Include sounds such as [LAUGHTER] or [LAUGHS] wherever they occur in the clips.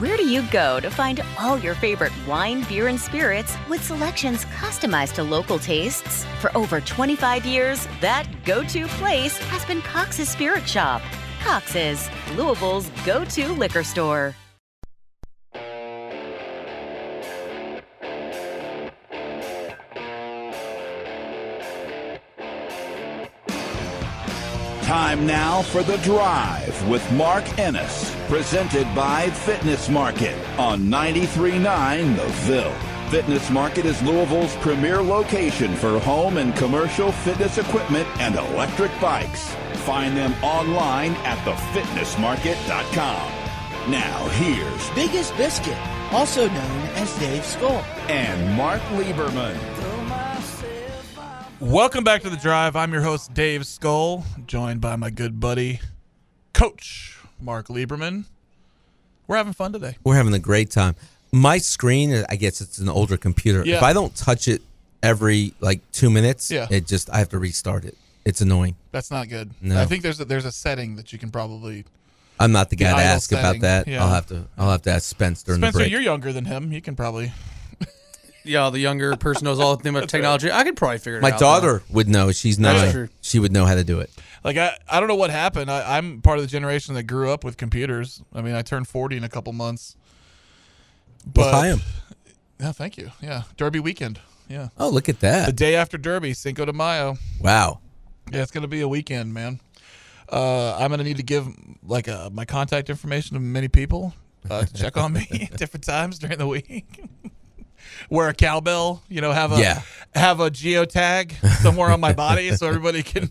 Where do you go to find all your favorite wine, beer, and spirits with selections customized to local tastes? For over 25 years, that go to place has been Cox's Spirit Shop. Cox's, Louisville's go to liquor store. Time now for The Drive with Mark Ennis, presented by Fitness Market on 93.9 The Ville. Fitness Market is Louisville's premier location for home and commercial fitness equipment and electric bikes. Find them online at thefitnessmarket.com. Now here's Biggest Biscuit, also known as Dave Skoll. and Mark Lieberman. Welcome back to the drive. I'm your host, Dave Skull, joined by my good buddy, Coach Mark Lieberman. We're having fun today. We're having a great time. My screen, I guess it's an older computer. Yeah. If I don't touch it every like two minutes, Yeah. it just I have to restart it. It's annoying. That's not good. No. I think there's a, there's a setting that you can probably. I'm not the guy to idle ask setting, about that. yeah. I'll have to I'll have to ask Spence during Spencer, the break. you're younger than him. You can probably. Yeah, the younger person knows all [LAUGHS] the thing about technology. I could probably figure it My out. daughter would know. She's That's nine. true. She would know how to do it. Like, I, I don't know what happened. I, I'm part of the generation that grew up with computers. I mean, I turned 40 in a couple months. Well, um. I am. Yeah, thank you. Yeah. Derby weekend. Yeah. Oh, look at The that! day after Derby, Cinco de Mayo. Wow. Yeah, it's gonna be a weekend, man. Uh, I'm gonna need to give like uh, my contact information to many people uh, to check on me [LAUGHS] at different times during the week. [LAUGHS] Wear a cowbell, you know, have a Yeah. have a geotag somewhere on my body so everybody can.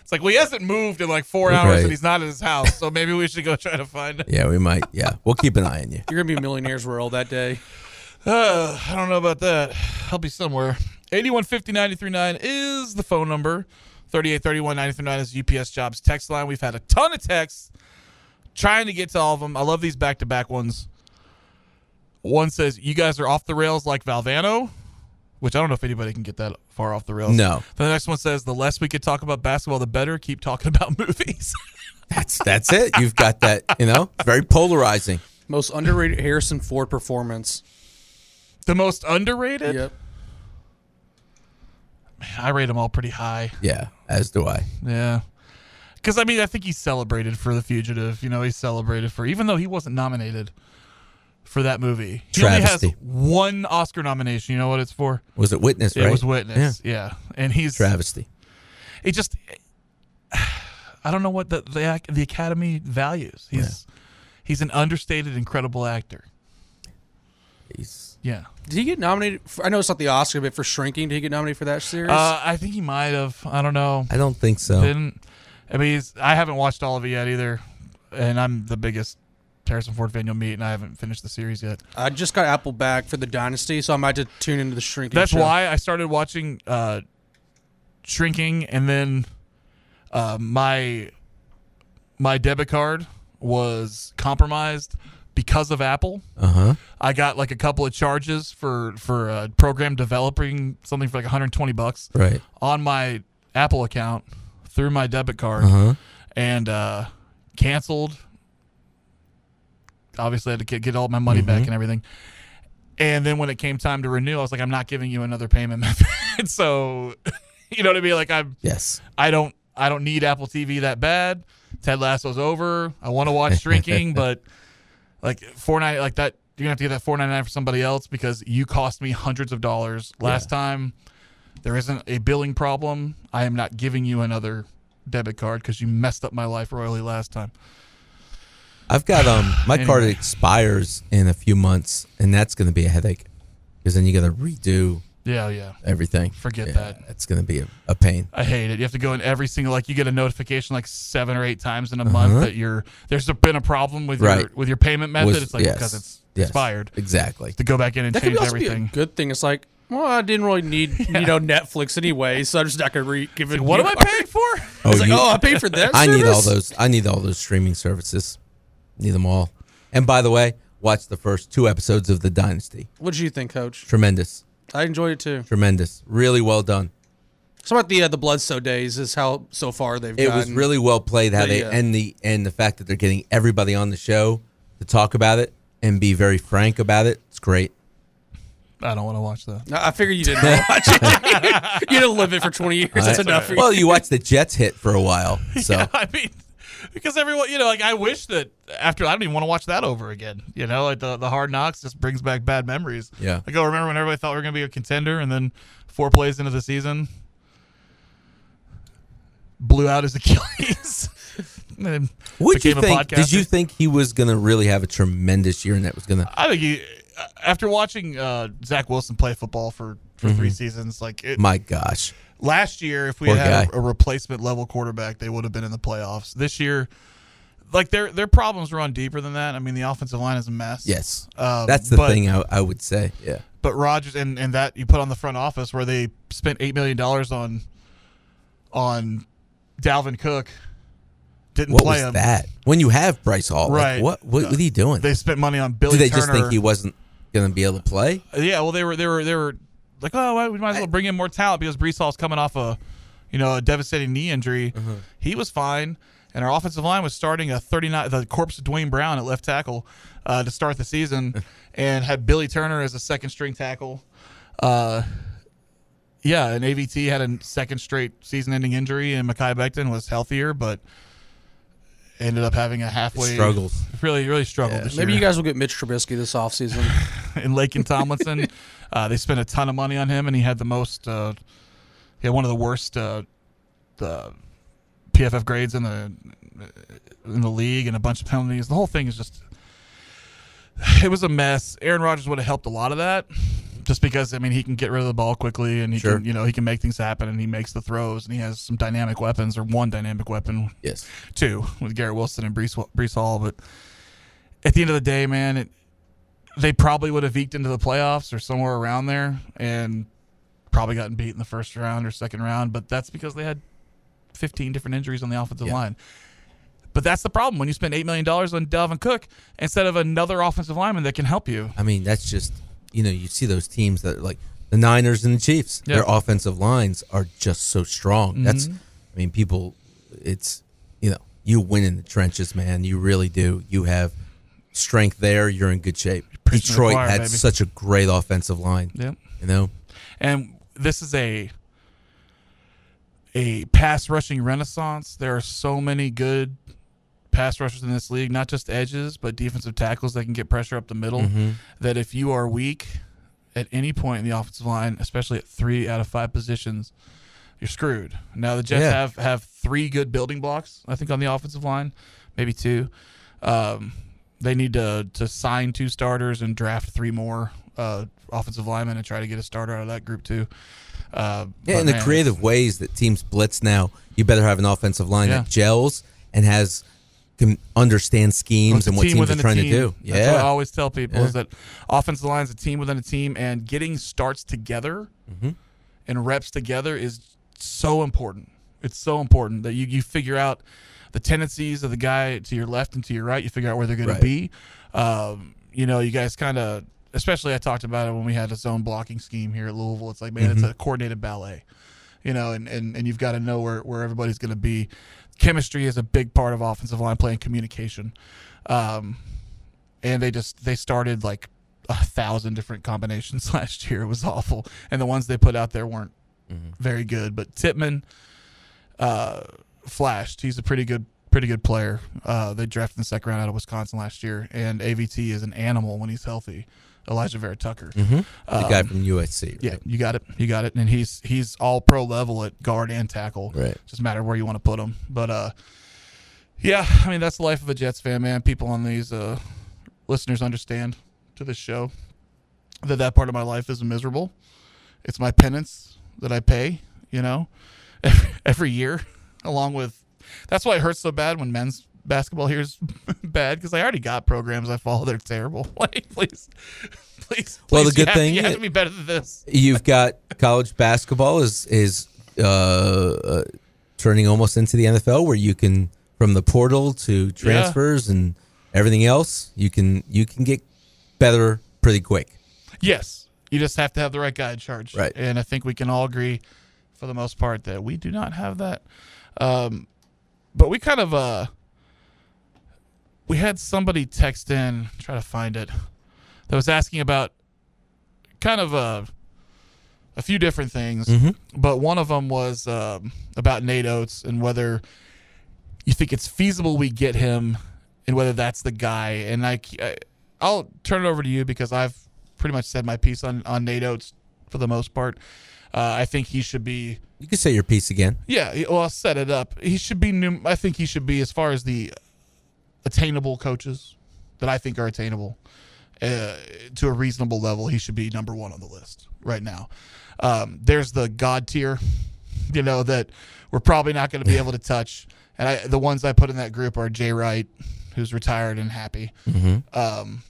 It's like well, he hasn't moved in like four hours Right. and he's not at his house, so maybe we should go try to find. Yeah, we might. Yeah, we'll keep an eye on you. You're gonna be a millionaire's world that day. Uh, I don't know about that. I'll be somewhere. 8150939 is the phone number. 3831-939 is UPS Jobs text line. We've had a ton of texts trying to get to all of them. I love these back-to-back ones. One says, "You guys are off the rails like Valvano," which I don't know if anybody can get that far off the rails. No. The next one says, "The less we could talk about basketball, the better. Keep talking about [LAUGHS] movies." That's that's it. You've got that. You know, very polarizing. Most underrated Harrison Ford performance. the most underrated. Yep. I rate them all pretty high. Yeah, as do I. Yeah. Because, I mean, I think he's celebrated for The Fugitive. You know, he's celebrated for, even though he wasn't nominated for that movie, he Travesty. only has one Oscar nomination. You know what it's for? Was it witness? It right? was Witness. Yeah. And he's, Yeah. Travesty. it just, I don't know what the, the, ac- the Academy values. He's, he's an understated, incredible actor. He's- Yeah. Did he get nominated? For, I know it's not the Oscar, but for Shrinking, did he get nominated for that series? Uh, I think he might have. I don't know. I don't think so. didn't. I mean, he's, I haven't watched all of it yet either, and I'm the biggest Harrison Ford fan you'll meet, and I haven't finished the series yet. I just got Apple back for the Dynasty, so I might have to tune into the Shrinking. That's show. why I started watching uh, Shrinking, and then uh, my my debit card was compromised because of Apple. Uh huh. I got like a couple of charges for for uh, program developing something for like 120 bucks Right. on my Apple account through my debit card and uh, canceled. Obviously, I had to get, get all my money back and everything. And then when it came time to renew, I was like, I'm not giving you another payment [LAUGHS] method. so, [LAUGHS] you know what I mean? Like I'm, Yes. I don't, I don't need Apple TV that bad. Ted Lasso's over. I want to watch [LAUGHS] Shrinking, but like four ninety, like that, you're gonna have to get that four ninety nine for somebody else because you cost me hundreds of dollars last time. There isn't a billing problem. I am not giving you another debit card because you messed up my life royally last time. I've got um my card Anyway. expires in a few months, and that's going to be a headache because then you got to redo Yeah, yeah. everything. Forget Yeah, that. It's going to be a, a pain. I hate it. You have to go in every single like you get a notification like seven or eight times in a Uh-huh. month that you're there's been a problem with your Right. with your payment method. Was- it's like yes, because it's yes, expired. Exactly. To go back in and That could change also everything. be a good thing. It's like, well, I didn't [LAUGHS] really need you know Netflix anyway, so I'm just not gonna re- give it. what you am I card. paying for? Oh, [LAUGHS] It's like, you- oh, I paid for that. I need all service? those. I need all those streaming services. Need them all. And by the way, watch the first two episodes of the Dynasty. What did you think, Coach? Tremendous, I enjoyed it too. tremendous. Really well done. So about the uh, the blood so days is how so far they've. It was gotten. really well played how Yeah, they uh, yeah. end the and the fact that they're getting everybody on the show to talk about it and be very frank about it. It's great. [LAUGHS] I don't want to watch that. I I figured you didn't [LAUGHS] watch it. [LAUGHS] you didn't live it for 20 years. That's I- enough. for you. well, you watched the Jets hit for [LAUGHS] a while, so [LAUGHS] I mean, because everyone, you know, like I wish that after I don't even want to watch that over again. You know, like the, the hard knocks just brings back bad memories. Yeah. Like I remember when everybody thought we were going to be a contender, and then four plays into the season, blew out his [LAUGHS] Achilles. And then What you became a think? Did you podcaster. think he was going to really have a tremendous year, and that was going to I think he, after watching uh, Zach Wilson play football for, for three seasons, like it, my gosh, last year, if we Poor had guy. a, a replacement level quarterback, they would have been in the playoffs. This year, like their their problems run deeper than that. I mean, the offensive line is a mess. yes, Um, that's the but- thing I, I would say. Yeah, But Rogers and and that you put on the front office where they spent eight million dollars on on Dalvin Cook, didn't what play was him. that? When you have Bryce Hall, like, Right. what what was he doing? They Did spent money on Billy. they Turner. Uh, just think he wasn't going to be able to play? Yeah, well, they were they were they were like, oh, well, we might as well bring in more talent because Brees Hall's coming off a, you know, a devastating knee injury. Uh-huh. He was fine, and our offensive line was starting a 39, the corpse of Dwayne Brown at left tackle uh, to start the [LAUGHS] season, and had Billy Turner as a second string tackle. Uh, yeah, and AVT had a second straight season-ending injury, and Makai Becton was healthier, but ended up having a halfway Struggles. Really, really struggled. this Maybe year you guys will get Mitch Trubisky this offseason. [LAUGHS] and Lake and Tomlinson. uh, they spent a ton of money on him, and he had the most, uh, he had one of the worst uh, uh, PFF grades in the uh, in the league, and a bunch of penalties. The whole thing is just, [SIGHS] it was a mess. Aaron Rodgers would have helped a lot of that, just because I mean he can get rid of the ball quickly, and he Sure. can you know he can make things happen, and he makes the throws, and he has some dynamic weapons or one dynamic weapon Yes, two with Garrett Wilson and Brees, Brees Hall. But at the end of the day, man, it, they probably would have eked into the playoffs or somewhere around there and probably gotten beat in the first round or second round. But that's because they had 15 different injuries on the offensive Yeah. line. But that's the problem when you spend $8 million on Dalvin Cook instead of another offensive lineman that can help you. I mean that's just you know you see those teams that are like the Niners and the Chiefs. Yeah. Mm-hmm. Their offensive lines are just so strong. That's I mean people, it's you know you win in the trenches, man. You really do. You have strength there. You're in good shape. preaching to the Detroit choir, had baby. such a great offensive line. Yep. You know, And this is a a pass rushing renaissance. There are so many good pass rushers in this league, not just edges, but defensive tackles that can get pressure up the middle. Mm-hmm. That if you are weak at any point in the offensive line, especially at three out of five positions, you're screwed. Now the Jets Yeah. have have three good building blocks, I think, on the offensive line, maybe two. Um, they need to to sign two starters and draft three more uh, offensive linemen and try to get a starter out of that group too. Uh, Yeah, but in the man, creative ways that teams blitz now, you better have an offensive line Yeah. that gels and has can understand it's schemes a and what team teams are within a trying to team. do. That's what I Yeah, always tell people is that offensive line is a team within a team, and getting starts together Mm-hmm. and reps together is so important. It's so important that you, you figure out the tendencies of the guy to your left and to your right. You figure out where they're going Right. to be. Um, you know, you guys kind of, especially I talked about it when we had a zone blocking scheme here at Louisville. It's like, man, Mm-hmm. it's a coordinated ballet. You know, and, and, and you've got to know where, where everybody's going to be. Chemistry is a big part of offensive line play and communication. Um, and they just they started like a thousand different combinations [LAUGHS] last year. It was awful, and the ones they put out there weren't very good. But Titman uh, flashed. He's a pretty good pretty good player. Uh, they drafted in the second round out of Wisconsin last year, and AVT is an animal when he's healthy. Elijah Vera Tucker. the guy from USC. um, Yeah, right? you got it. You got it. And he's he's all pro level at guard and tackle. Right. Just matter where you want to put him. But uh yeah, I mean that's the life of a Jets fan, man. People on these uh listeners understand to this show that that part of my life is miserable It's my penance that I pay, you know, every, every year, [LAUGHS] along with. That's why it hurts so bad when men's basketball here is [LAUGHS] bad because I already got programs I follow. They're terrible. [LAUGHS] Like, please, please. please Well, the you good have to- thing you have i- to be better than this. You've got college basketball is is uh, uh, turning almost into the NFL, where you can from the portal to transfers and everything else, you can you can get better pretty quick. Yes, you just have to have the right guy in charge. Right. And I think we can all agree, for the most part, that we do not have that. Um, but we kind of uh, we had somebody text in, try to find it, that was asking about kind of a a few different things, but one of them was um, about Nate Oates and whether you think it's feasible we get him and whether that's the guy. And I, I- I'll turn it over to you because I've pretty much said my piece on, on Nate Oates for the most part. Uh, I think he should be, You can say your piece again. yeah, he- well, I'll set it up. He should be new. I think he should be as far as the attainable coaches that I think are attainable uh, to a reasonable level. He should be number one on the list right now. Um, there's the God tier, [LAUGHS] you know, that we're probably not going to be able to [LAUGHS] touch. And I, the ones I put in that group are Jay Wright, who's retired and happy. Mm-hmm. Um,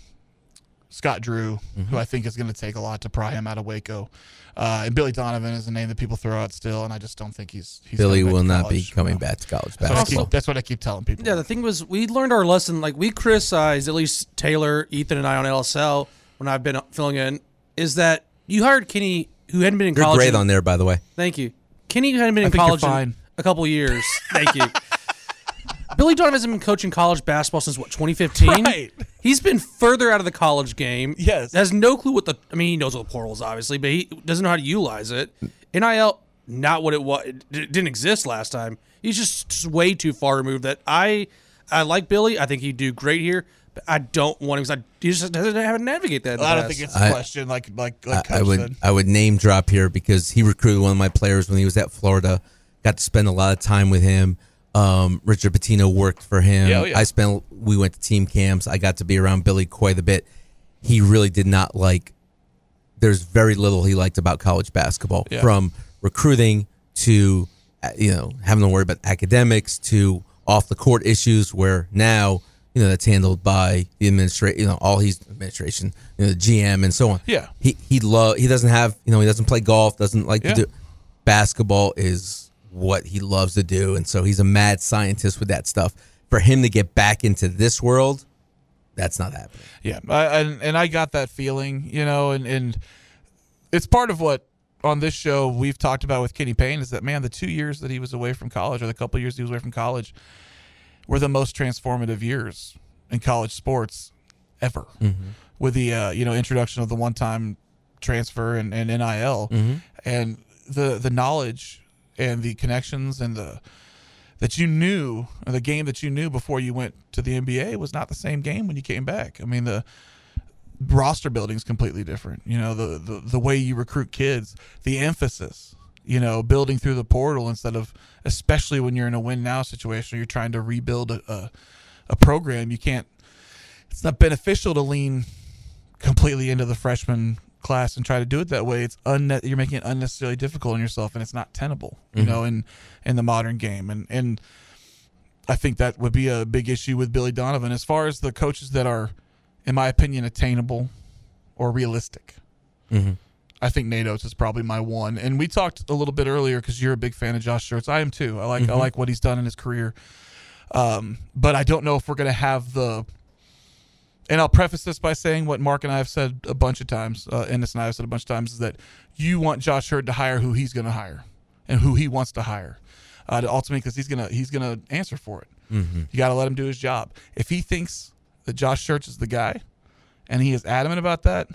Scott Drew, who I think is going to take a lot to pry him out of Waco, uh, and Billy Donovan is a name that people throw out still, and I just don't think he's. he's Billy gonna will not be college. coming back to college That's what, I basketball. keep, that's what I keep telling people. [LAUGHS] Yeah, the thing was, we learned our lesson. Like, we criticize, at least Taylor, Ethan, and I on LSL when I've been filling in, is that you hired Kenny, who hadn't been in You're college. great in- on there, by the way. Thank you. Kenny hadn't been in think you're college in fine. a couple years. Thank you. Billy Donovan hasn't been coaching college basketball since what 2015. Right. He's been further out of the college game. Yes. Has no clue what the. I mean, he knows what the portal is obviously, but he doesn't know how to utilize it. NIL, not what it was. It d- didn't exist last time. He's just, just way too far removed. That I, I like Billy. I think he'd do great here. But I don't want him because he just doesn't know how to navigate that. in the I don't past. think it's a I- question like like like I Coach would said. I would name drop here because he recruited one of my players when he was at Florida. Got to spend a lot of time with him. Um, Richard Patino worked for him. Yeah, oh yeah. I spent we went to team camps. I got to be around Billy quite a bit. He really did not like. There's very little he liked about college basketball, Yeah. from recruiting to uh, you know having to worry about academics to off the court issues. Where now you know that's handled by the administration. You know all his administration, you know, the GM and so on Yeah. he he love he doesn't have you know he doesn't play golf doesn't like Yeah. to do basketball is what he loves to do and so he's a mad scientist with that stuff for him to get back into this world that's not happening Yeah, I, and and I got that feeling, you know, and and it's part of what on this show we've talked about with Kenny Payne is that man, the two years that he was away from college, or the couple years he was away from college, were the most transformative years in college sports ever, Mm-hmm. with the uh, you know introduction of the one time transfer and, and NIL, Mm-hmm. and the the knowledge and the connections and the that you knew or the game that you knew before you went to the NBA was not the same game when you came back. I mean the roster building's completely different. You know, the the, the way you recruit kids, the emphasis, you know, building through the portal instead of especially when you're in a win now situation, you're trying to rebuild a, a, a program, you can't it's not beneficial to lean completely into the freshman class and try to do it that way. It's unne- you're making it unnecessarily difficult on yourself, and it's not tenable, you know, in in the modern game. And and I think that would be a big issue with Billy Donovan as far as the coaches that are, in my opinion, attainable or realistic. I think Nate Oates is probably my one. And we talked a little bit earlier because you're a big fan of Josh Shirts. I am too. I like I like what he's done in his career. Um, but I don't know if we're gonna have the and I'll preface this by saying what Mark and I have said a bunch of times, uh, Ennis and I have said a bunch of times, is that you want Josh Hurd to hire who he's going to hire and who he wants to hire, uh, to ultimately because he's gonna he's gonna answer for it. You got to let him do his job. If he thinks that Josh Church is the guy, and he is adamant about that,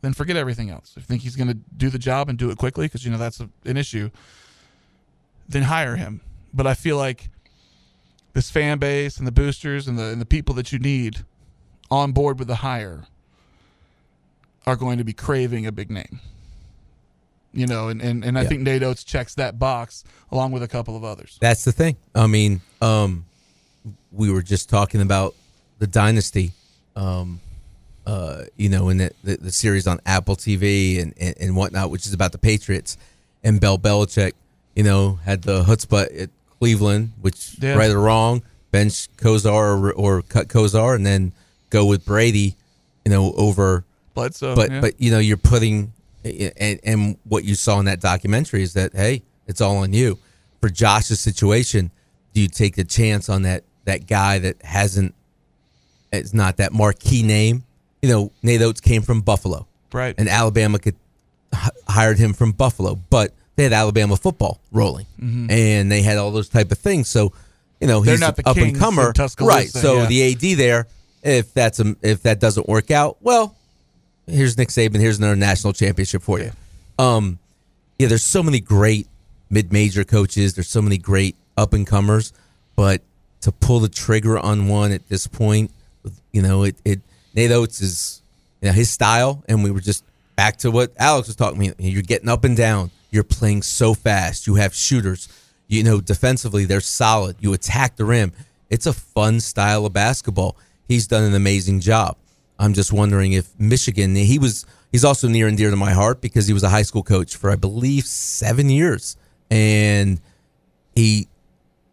then forget everything else. If you think he's going to do the job and do it quickly, because you know that's a, an issue, then hire him. But I feel like this fan base and the boosters and the and the people that you need on board with the hire are going to be craving a big name. You know, and, and, and I Yeah. think Nate Oates checks that box along with a couple of others. That's the thing. I mean, um, we were just talking about the dynasty. Um, uh, you know, in the, the, the series on Apple TV and, and, and whatnot, which is about the Patriots. And Bill Belichick, you know, had the chutzpah at Cleveland, which Yeah. right or wrong, bench Kozar or, or cut Kozar and then go with Brady, you know, over But so, but yeah. but you know you're putting and and what you saw in that documentary is that hey it's all on you for josh's situation do you take the chance on that that guy that hasn't it's not that marquee name you know nate oates came from buffalo right. and alabama could h- hired him from buffalo but they had alabama football rolling and they had all those type of things so you know Mm-hmm. They're he's not the up kings and comer of Tuscaloosa, right so yeah. the ad there if that's a, if that doesn't work out well here's Nick Saban, here's another national championship for you. Um, yeah, there's so many great mid-major coaches. There's so many great up-and-comers, but to pull the trigger on one at this point, you know, it, it Nate Oates is you know, his style, and we were just back to what Alex was talking. about. You're getting up and down. You're playing so fast. You have shooters. You know, defensively they're solid. You attack the rim. It's a fun style of basketball. He's done an amazing job. I'm just wondering if Michigan. He was. He's also near and dear to my heart because he was a high school coach for I believe seven years, and he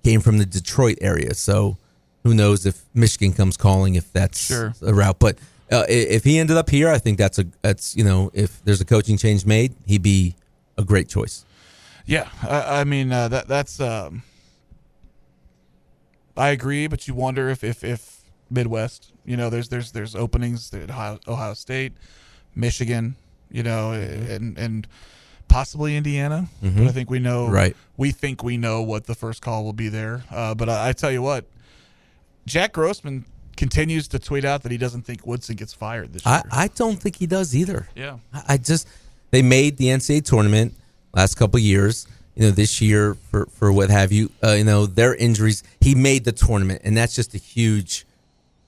came from the Detroit area. So who knows if Michigan comes calling if that's Sure. a route. But uh, i- if he ended up here, I think that's a that's you know if there's a coaching change made, he'd be a great choice. Yeah, I, I mean uh, that that's. Um, I agree, but you wonder if if if Midwest, you know, there's there's there's openings at Ohio, Ohio State, Michigan, you know, Mm-hmm. and and possibly Indiana. But I think we know Right. We think we know what the first call will be there. Uh, but I, I tell you what, Jack Grossman continues to tweet out that he doesn't think Woodson gets fired this year. I, I don't think he does either. yeah. I I just they made the NCAA tournament last couple of years. You know, this year for for what have you. Uh, you know, their injuries. He made the tournament, and that's just a huge.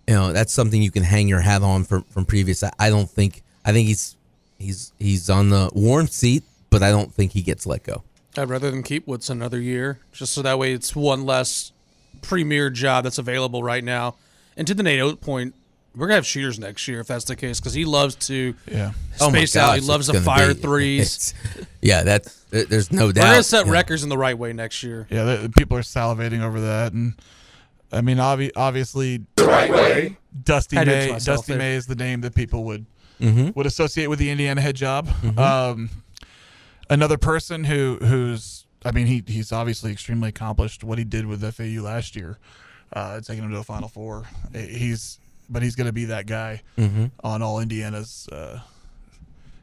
You know, that's something you can hang your hat on from from previous. I, I don't think. I think he's he's he's on the warm seat, but I don't think he gets let go. I'd rather than keep Woodson another year, just so that way it's one less premier job that's available right now. And to the NATO point, we're gonna have shooters next year if that's the case, because he loves to Yeah. Oh my space out. He gosh, loves it's to gonna fire be- threes. [LAUGHS] it's- Yeah, that's there- there's no doubt. We're gonna set Yeah. records in the right way next year. Yeah, the, the people are salivating over that, and I mean, obvi- obviously, Dusty I did it to May, myself Dusty there. May is the name that people would would associate with the Indiana head job. Um, another person who who's, I mean, he he's obviously extremely accomplished. What he did with FAU last year, uh, taking him to a Final Four. He's, but he's going to be that guy on all Indiana's. Uh,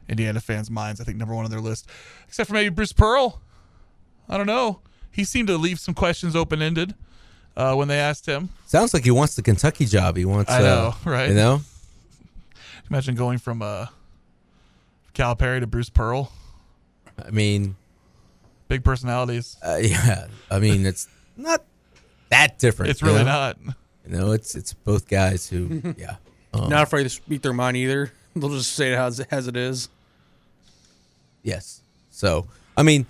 Indiana fans' minds. I think number one on their list, except for maybe Bruce Pearl. I don't know. He seemed to leave some questions open ended uh, when they asked him. Sounds like he wants the Kentucky job. He wants. I [LAUGHS] know, uh, right? You know, Imagine going from uh, Cal Perry to Bruce Pearl. I mean, Big personalities. uh, [LAUGHS] yeah. I mean, it's not that different. It's you really know? not. You know, it's it's both guys [LAUGHS] who, yeah. Um, Not afraid to speak their mind either. [LAUGHS] They'll just say it as, as it is. Yes. So, I mean,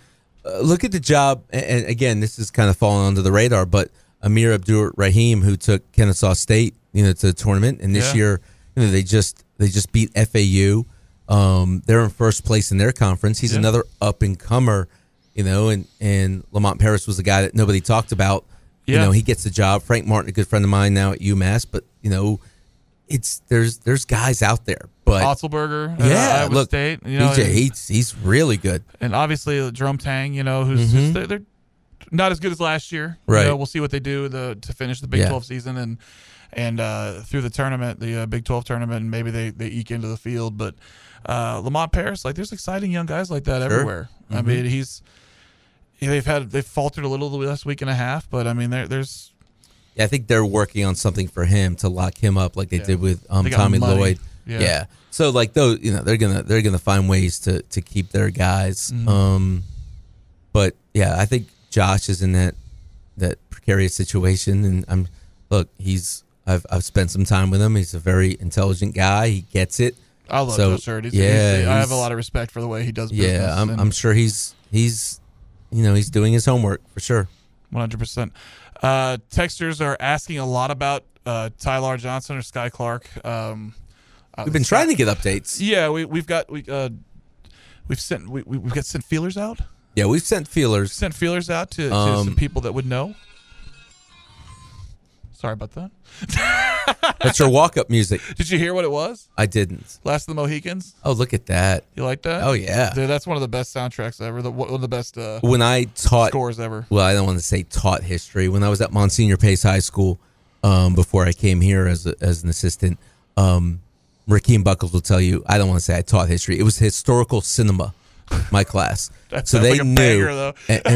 uh, look at the job. a- And again, this is kind of falling under the radar, but Amir Abdur Rahim, who took Kennesaw State, you know, to the tournament, and this Yeah. year, you know, they just they just beat FAU. Um, they're in first place in their conference. He's Yeah. another up and comer, you know, and and Lamont Paris was the guy that nobody talked about. You Yeah. know, he gets the job. Frank Martin, a good friend of mine now at UMass, but you know, it's there's there's guys out there, but Otzelberger. uh, yeah, Iowa look, E State. You know, BJ, he's he's really good. and obviously uh, Jerome Tang, you know, who's who's- they're, they're not as good as last year. You Mm-hmm. Right. know, we'll see what they do the, to finish the Big Yeah. 12 season and and uh, through the tournament, the uh, Big 12 tournament, and maybe they, they eke into the field. But uh, Lamont Paris, like, there's exciting young guys like that everywhere. Mm-hmm. I mean, he's yeah, they've had they've faltered a little the last week and a half, but I mean, there, there's I think they're working on something for him to lock him up, like they Yeah. did with um, They got Tommy money. Lloyd. Yeah. Yeah. So like those, you know, they're gonna they're gonna find ways to to keep their guys. Mm-hmm. Um, but yeah, I think Josh is in that that precarious situation, and I'm look, he's I've I've spent some time with him. He's a very intelligent guy. He gets it. I love So, Joe Shirt. He's, yeah, he's- I have a he's- lot of respect for the way he does business. Yeah, I'm, and- I'm sure he's he's you know he's doing his homework for sure. One hundred percent. uh, Texters are asking a lot about uh, Tyler Johnson or Sky Clark. Um, We've been trying to get updates. Yeah, we we've got we uh we've sent we we- we've got sent feelers out. Yeah, we've sent feelers. Sent feelers out to, to some Um, people that would know. Sorry about that. That's your walk up music. Did you hear what it was? I didn't. Last of the Mohicans. Oh, look at that. You like that? Oh, yeah. Dude, that's one of the best soundtracks ever. The, one of the best uh, When I taught scores ever. well, I don't want to say taught history. When I was at Monsignor Pace High School, um, before I came here as a, as an assistant, um, Ricky and Buckles will tell you. I don't want to say I taught history. It was historical cinema, my class. [LAUGHS] That so sounds they like a knew. banger, though. [LAUGHS] and-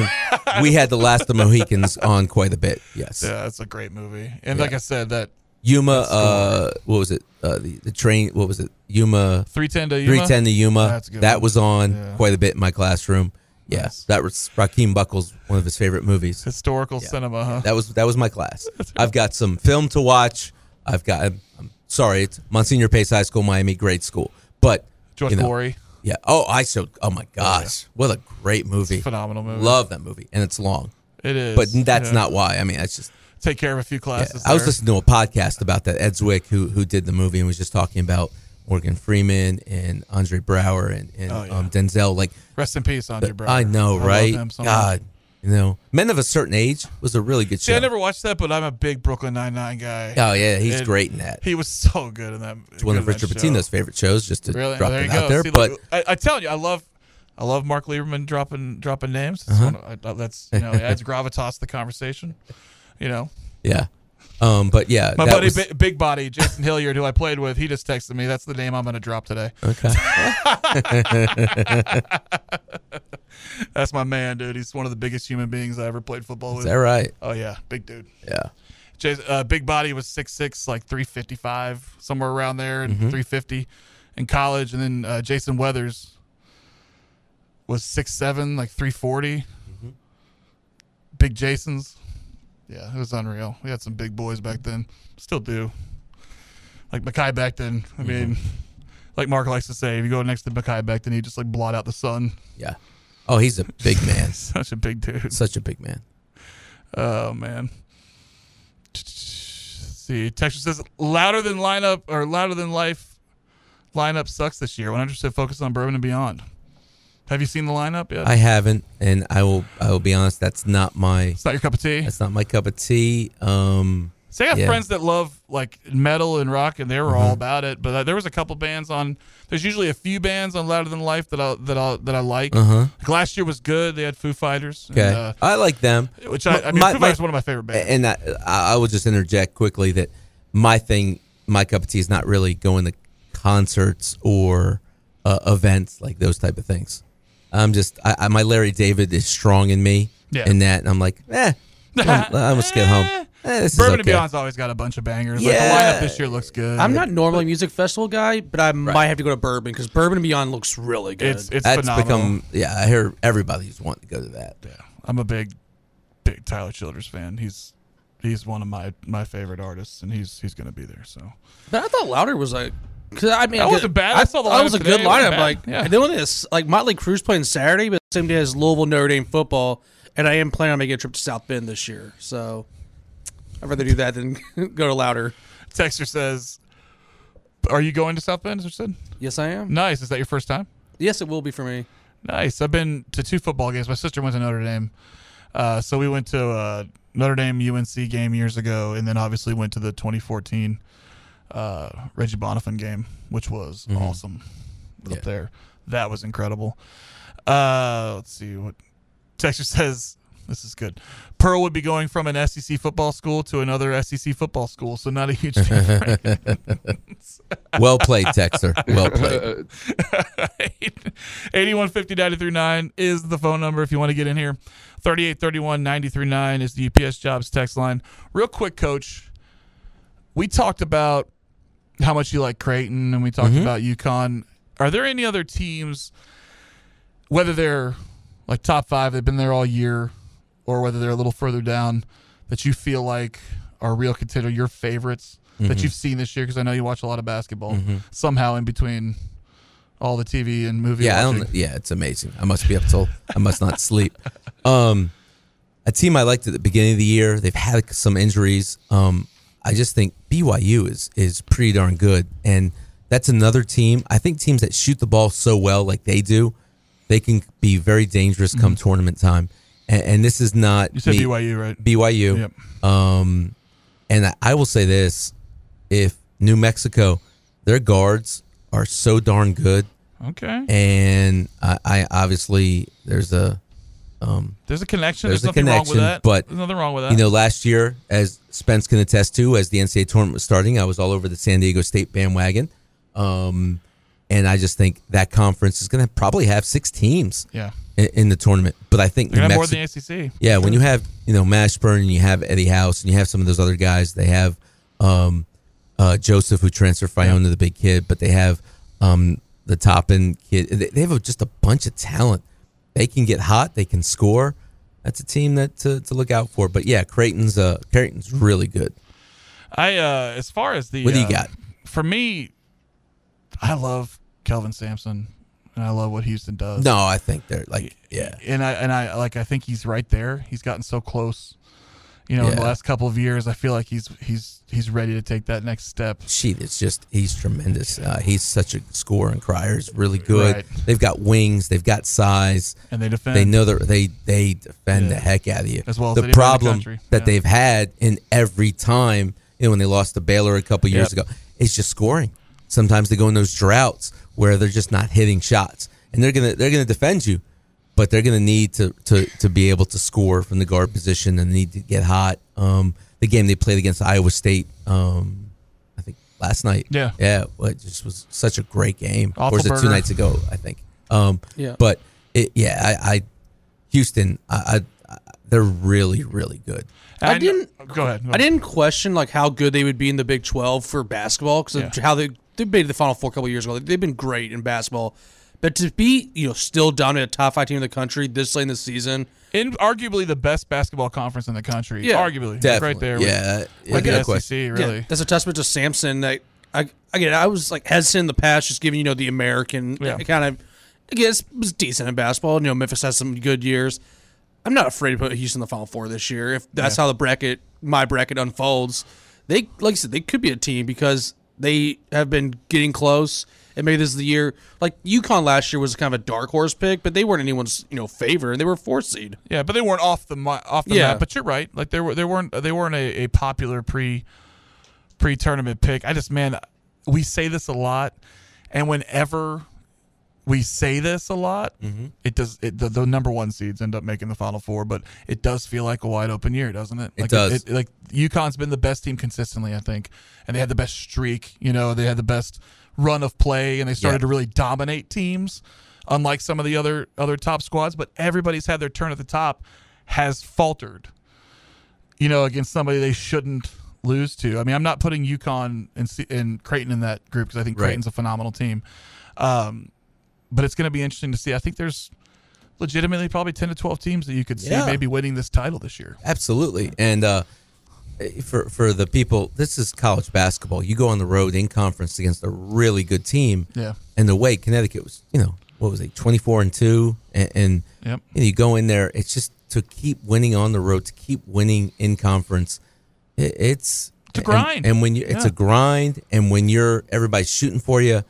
and we had the Last of the Mohicans on quite a bit. Yes, Yeah, that's a great movie. And like I said, that Yuma. Uh, what was it? Uh, the the train. What was it? Yuma. 310 to Yuma. Oh, Three ten to Yuma. That's a good That one. was on Yeah. quite a bit in my classroom. Yeah, Nice. that was Raheem Buckles, one of his [LAUGHS] favorite movies. Historical cinema, huh? That was that was my class. I've got some film to watch. I've got. I'm, I'm sorry, it's Monsignor Pace High School, Miami grade school, but George you know, Glory. Yeah. Oh, I so. Oh my gosh, what a great movie! phenomenal movie. Love that movie, and it's long, It is. but that's Yeah. not why. I mean, that's just. Take care of a few yeah. classes. I was there. listening to a podcast about that. Ed Zwick, who who did the movie, and was just talking about Morgan Freeman and Andre Brower and, and Oh, yeah. um, Denzel. Like Rest in peace, Andre Brower. I know, love right? him so much. God, you know, Men of a Certain Age was a really good See, show. I never watched that, but I'm a big Brooklyn Nine Nine guy. oh yeah, he's And great in that. He was [LAUGHS] so good in that. It's one of Richard Pitino's favorite shows, just to Really? drop there it you out go. there. See, but look, I, I tell you, I love, I love Mark Lieberman dropping dropping names. Uh-huh. That's, one of- I- that's you know adds [LAUGHS] gravitas to the conversation. You know, yeah, um, but yeah, my that buddy, was- Bi- big body Jason Hilliard, who I played with, he just texted me. That's the name I'm going to drop today. okay. That's my man, dude. He's one of the biggest human beings I ever played football Is with. that right? Oh yeah, big dude. Yeah, Jason, uh, big body was six six, like three fifty five, somewhere around there, and fifty in college. And then uh, Jason Weathers was six seven, like three Big Jason's, yeah, it was unreal. We had some big boys back then, still do. Like Mackay Becton, I mean, like Mark likes to say, if you go next to Mackay Becton, you just like blot out the sun. [LAUGHS] yeah. Oh, he's a big man. Such a big dude. Such a big man. Oh man. Let's see, Texture says louder than lineup or louder than life lineup sucks this year. 100% focus on bourbon and beyond. Have you seen the lineup yet? I haven't, and I will. I will be honest. That's not my. it's not your cup of tea. That's not my cup of tea. Um, See, I have yeah. Mm-hmm. friends that love like metal and rock, and they were all about it. But uh, there was a couple bands on. There's usually a few bands on Louder Than Life that I that I that I like. Uh-huh. Like, last year was good. They had Foo Fighters. and, okay, uh, I like them. which I, I mean, Foo Fighters is one of my favorite bands. And I, I I will just interject quickly that my thing, my cup of tea is not really going to concerts or uh, events like those type of things. I'm just, I, I, my Larry David is strong in me Yeah. in that. And I'm like, [LAUGHS] eh, I'm, I'm just get home. Eh, this Bourbon is and okay. Beyond's always got a bunch of bangers. Yeah. Like, the lineup this year looks good. I'm not normally a music festival guy, but I might have to go to Bourbon because Bourbon and Beyond looks really good. It's it's That's phenomenal. become, yeah, I hear everybody's wanting to go to that. I'm a big, big Tyler Childers fan. He's he's one of my my favorite artists, and he's he's gonna be there. So but I thought Louder was like. Cause I mean, That I wasn't get- bad. I saw the thought lineup it was a today. good It wasn't lineup. bad. Like Yeah. the only is like Motley Crue's playing Saturday, but the same day as Louisville Notre Dame football, and I am planning on making a trip to South Bend this year. So I'd rather do that than [LAUGHS] go to Louder. Texter says, "Are you going to South Bend?" Is said, Yes, I am. "Nice. Is that your first time?" Yes, it will be for me. Nice. I've been to two football games. My sister went to Notre Dame, uh, so we went to uh, Notre Dame UNC game years ago, and then obviously went to the 2014 uh, Reggie Bonifant game, which was awesome up there. That was incredible. Uh, let's see what Texture [LAUGHS] says. This is good. Pearl would be going from an SEC football school to another SEC football school, so not a huge difference. Well played, Texter. Well played. [LAUGHS] Eighty-one fifty ninety-three nine is the phone number if you want to get in here. Thirty-eight thirty-one ninety-three nine is the UPS jobs text line. Real quick, Coach, we talked about how much you like Creighton, and we talked Mm-hmm. about UConn. Are there any other teams, whether they're like top five, they've been there all year, or whether they're a little further down, that you feel like are real contender, your favorites that Mm-hmm. you've seen this year? Because I know you watch a lot of basketball. Somehow in between all the TV and movie. Yeah, I watching. don't. Yeah, it's amazing. I must be up till I must not sleep. [LAUGHS] Um, a team I liked at the beginning of the year. They've had some injuries. Um, I just think BYU is is pretty darn good, and that's another team. I think teams that shoot the ball so well, like they do, they can be very dangerous come tournament time. And, and this is not Mm-hmm. You said me- BYU, right? BYU. Yep. Um, and I- I will say this: if New Mexico, their guards are so darn good, Okay. and I, I obviously there's a There's a connection. There's, There's a nothing wrong connection, with that. but, there's nothing wrong with that. you know last year, as Spence can attest to, as the NCAA tournament was starting, I was all over the San Diego State bandwagon, um, and I just think that conference is going to probably have six teams yeah. in, in the tournament. But I think They're New gonna have more Mexico. than the ACC. Yeah, when you have you know Mashburn and you have Eddie House and you have some of those other guys, they have um, uh, Joseph who transferred Fiona, the big kid, but they have um, the Toppin kid. They they have a- just a bunch of talent. They can get hot. They can score. That's a team that to, to look out for. But yeah, Creighton's uh, Creighton's really good. I uh as far as the What do you uh, got? For me, I love Kelvin Sampson and I love what Houston does. No, I think they're like yeah. And I and I like I think he's right there. He's gotten so close. You know, in the Yeah. last couple of years, I feel like he's he's he's ready to take that next step. Sheet, it's just he's tremendous. Uh, he's such a scorer and crier. He's really good. Right. They've got wings. They've got size. And they defend. They know that they they defend Yeah. the heck out of you. As well as the anybody in the problem country. that Yeah. they've had in every time, you know, when they lost to Baylor a couple years Yep. ago, it's just scoring. Sometimes they go in those droughts where they're just not hitting shots, and they're gonna they're gonna defend you, but they're gonna need to to to be able to score from the guard position and need to get hot. Um, the game they played against Iowa State, um, I think last night. Yeah. yeah, well, it just was such a great game. Awful or was it burger. two nights ago? I think. Um, Yeah. but it, yeah, I, I Houston, I, I, I- they're really, really good. And I didn't- Go ahead. I didn't question like how good they would be in the Big Twelve for basketball because Yeah. how they they made the Final Four a couple years ago. They've been great in basketball, but to be you know still down at a top five team in the country this late in the season, In arguably the best basketball conference in the country. Yeah. arguably, It's Definitely. right there. with- Yeah. yeah, Like no the question. SEC, yeah, really. that's a testament to Samson. That I again I was like hesitant in the past, just giving you know the American Yeah. kind of. I guess was decent in basketball. You know, Memphis has some good years. I'm not afraid to put Houston in the Final Four this year. If that's how the bracket, my bracket unfolds, they like I said, they could be a team because they have been getting close. And maybe this is the year. Like UConn last year was kind of a dark horse pick, but they weren't anyone's you know favor, and they were four seed. Yeah, but they weren't off the mi- off the Yeah. map. But you're right. Like they were they weren't they weren't a, a popular pre pre tournament pick. I just man, we say this a lot, and whenever we say this a lot, it does it the, the number one seeds end up making the final four. But it does feel like a wide open year, doesn't it? Like, does. like UConn's been the best team consistently, I think, and they had the best streak. You know, they had the best run of play, and they started Yeah. to really dominate teams, unlike some of the other other top squads. But everybody's had their turn at the top, has faltered. You know, against somebody they shouldn't lose to. I mean, I'm not putting UConn and, C- and Creighton in that group because I think Right. Creighton's a phenomenal team. Um, but it's going to be interesting to see. I think there's legitimately probably 10 to 12 teams that you could see Yeah. maybe winning this title this year. Absolutely. And uh, for for the people, this is college basketball. You go on the road in conference against a really good team. Yeah. And the way Connecticut was, you know, what was it, twenty four and two, and, and Yep. you, know, you go in there. It's just to keep winning on the road, to keep winning in conference. It, it's It's a and- grind. And, when you, it's Yeah. a grind, and when you're everybody's shooting for you,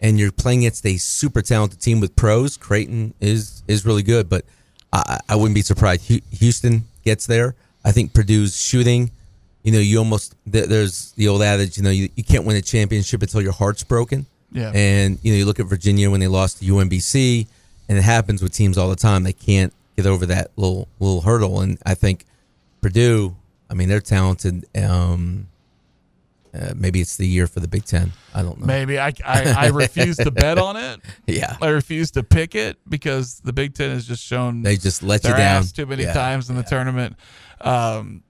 and you're playing against a super talented team with pros, Creighton is is really good. But I, I I wouldn't be surprised. Hu- Houston gets there. I think Purdue's shooting. You know, you almost there- there's the old adage. You know, you, you can't win a championship until your heart's broken. Yeah. And you know, you look at Virginia when they lost to UMBC, and it happens with teams all the time. They can't get over that little little hurdle. And I think Purdue. I mean, they're talented. Um, uh, maybe it's the year for the Big Ten. I don't know. Maybe I, I, I refuse to bet on it. Yeah. I refuse to pick it because the Big Ten has just shown They just let you their down. ass too many Yeah. times in the tournament. Um,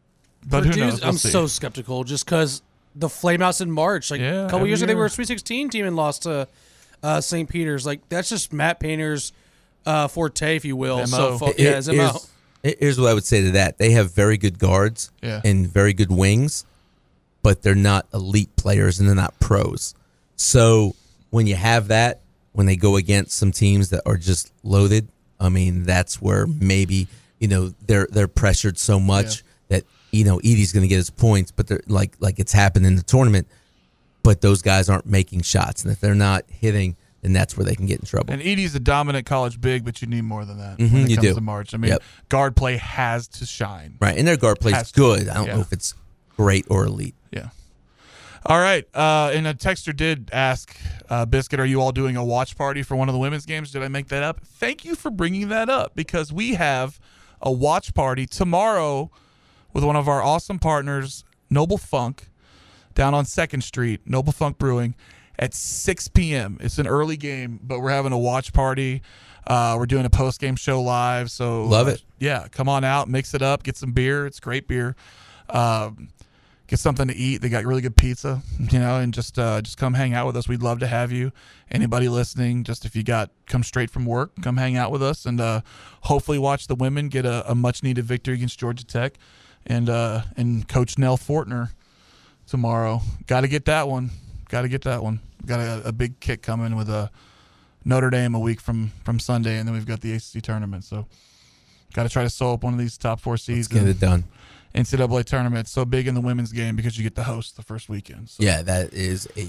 but who knows? Purdue's- We'll I'm see. so skeptical just because the Flameouts in March, like Yeah, a couple every years ago, they year. were a Sweet 16 team and lost to uh, St. Peter's. Like that's just Matt Painter's uh, forte, if you will. MO. So fu- Here- yeah, his MO. here's- Here's what I would say to that: They have very good guards Yeah. and very good wings, but they're not elite players and they're not pros. So when you have that, when they go against some teams that are just loaded, I mean, that's where maybe you know they're they're pressured so much that you know Edie's going to get his points, but they're like like it's happened in the tournament but those guys aren't making shots, and if they're not hitting, then that's where they can get in trouble. And Edie's a dominant college big, but you need more than that Mhm, when it you comes do. to March. I mean, Yep. guard play has to shine. right, and their guard Has plays to, good. I don't yeah. know if it's great or elite. Yeah. All right. Uh, and a texter did ask uh, Biscuit, are you all doing a watch party for one of the women's games? Did I make that up? Thank you for bringing that up because we have a watch party tomorrow with one of our awesome partners, Noble Funk, down on Second Street, Noble Funk Brewing, at 6 p.m. It's an early game, but we're having a watch party. Uh, we're doing a post game show live, so Love it. Yeah, come on out, mix it up, get some beer. It's great beer. Um, get something to eat. They got really good pizza, you know, and just uh, just come hang out with us. We'd love to have you. Anybody listening, just if you got come straight from work, come hang out with us and uh, hopefully watch the women get a, a much needed victory against Georgia Tech and uh, and Coach Nell Fortner tomorrow. Got to get that one. Got to get that one. Got a, a big kick coming with uh, Notre Dame a week from from Sunday, and then we've got the ACC tournament. So. Got to try to sew up one of these top four seeds. Get it done. NCAA tournament so big in the women's game because you get to host the first weekend. So Yeah, that is a, a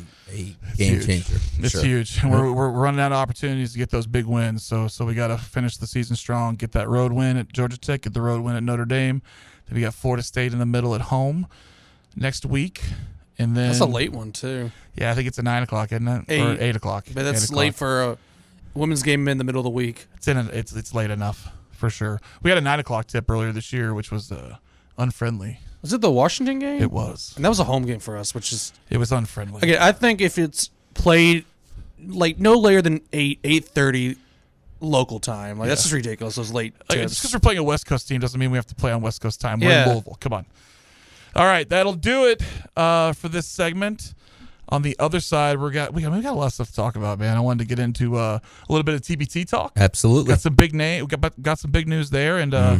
it's game huge. changer. for It's sure. Mm-hmm. huge, and we're, we're running out of opportunities to get those big wins. So so we got to finish the season strong. Get that road win at Georgia Tech. Get the road win at Notre Dame. Then we got Florida State in the middle at home next week, and then That's a late one too. Yeah, I think it's a nine o'clock, isn't it? Or Eight. eight o'clock. But that's Eight late o'clock. for a women's game in the middle of the week. It's in. A, it's it's late enough for sure. We had a nine o'clock tip earlier this year, which was uh, unfriendly. Was it the Washington game? It was. And that was a home game for us, which is It was unfriendly. Okay, I think if it's played like no later than eight eight thirty local time, like that's just ridiculous. Those late Like, tips. just because we're playing a West Coast team doesn't mean we have to play on West Coast time. We're Yeah. in Louisville. Come on. All right, that'll do it uh, for this segment. On the other side, we got we got we got a lot of stuff to talk about, man. I wanted to get into uh, a little bit of TBT talk. Absolutely. Got some big name. We got got some big news there, and uh,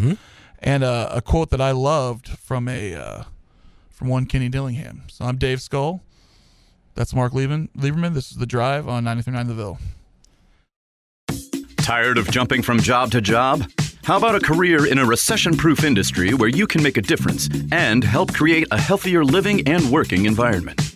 and uh, a quote that I loved from a uh, from one Kenny Dillingham. So I'm Dave Skull. That's Mark Lieberman. Lieberman. This is the Drive on 93.9 The Ville. Tired of jumping from job to job? How about a career in a recession proof industry where you can make a difference and help create a healthier living and working environment?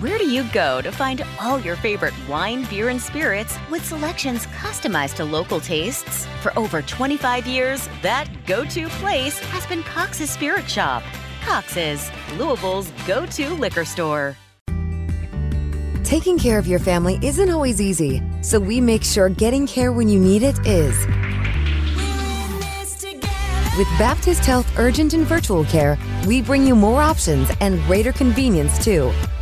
Where do you go to find all your favorite wine, beer, and spirits with selections customized to local tastes? For over 25 years, that go to place has been Cox's Spirit Shop. Cox's, Louisville's go to liquor store. Taking care of your family isn't always easy, so we make sure getting care when you need it is. With Baptist Health Urgent and Virtual Care, we bring you more options and greater convenience too.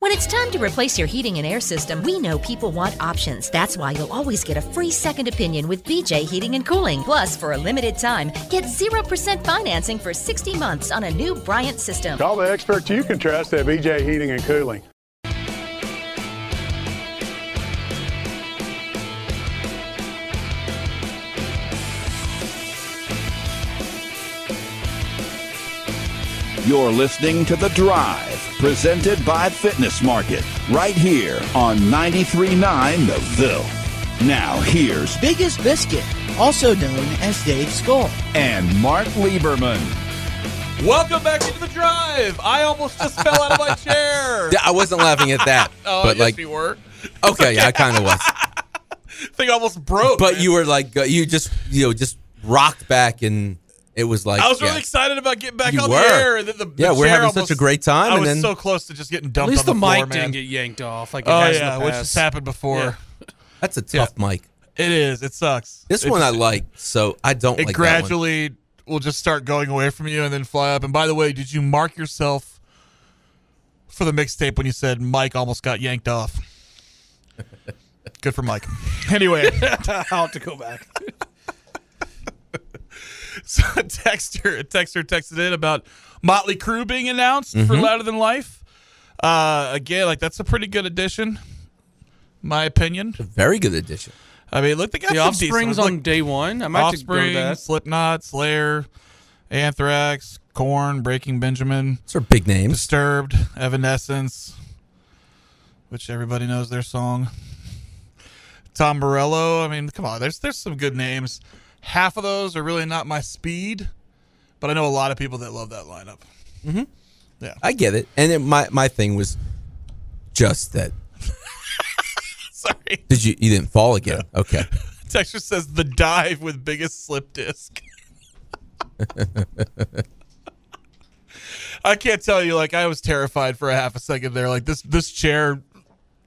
When it's time to replace your heating and air system, we know people want options. That's why you'll always get a free second opinion with BJ Heating and Cooling. Plus, for a limited time, get 0% financing for 60 months on a new Bryant system. Call the experts you can trust at BJ Heating and Cooling. You're listening to The Drive, presented by Fitness Market, right here on 93.9 The Ville. Now, here's Biggest Biscuit, also known as Dave Skull. and Mark Lieberman. Welcome back into the drive. I almost just fell out of [LAUGHS] my chair. Yeah, I wasn't laughing at that, [LAUGHS] Oh, but yes, like, we were. [LAUGHS] okay, yeah, I kind of was. Thing almost broke. But man. you were like, uh, you just, you know, just rocked back, and it was like, I was really yeah. excited about getting back You on were. the air, and then the the Yeah, we're chair having almost- such a great time, I and was then- so close to just getting At dumped. least on the, floor, mic man. didn't get yanked off like it Oh has yeah, in the which past. has happened before. Yeah. That's a tough mic. It is. It sucks. This It one I just- like, so I don't It like that one. gradually will just start going away from you, and then fly up. And by the way, did you mark yourself for the mixtape when you said Mike almost got yanked [LAUGHS] off? [LAUGHS] [LAUGHS] Good for Mike. Anyway. I'll have to go back. [LAUGHS] So a texter, a texter texted in about Motley Crue being announced Mm-hmm. for Louder Than Life. Uh, again, like that's a pretty good addition, my opinion. Very good addition. I mean, look, they got The some decent offspring's ones. on Look, day one. I might have to go with Offspring, that. Slipknot, Slayer, Anthrax, Corn, Breaking Benjamin, Those are big names. Disturbed, Evanescence, which everybody knows their song. Tom Morello. I mean, come on, there's there's some good names. Half of those are really not my speed, but I know a lot of people that love that lineup. [LAUGHS] I get it. And then my my thing was just that. Sorry. [LAUGHS] Did you you didn't fall again? Okay. Texture says the dive with biggest slip disc. [LAUGHS] I can't tell you, like I was terrified for a half a second there. Like this this chair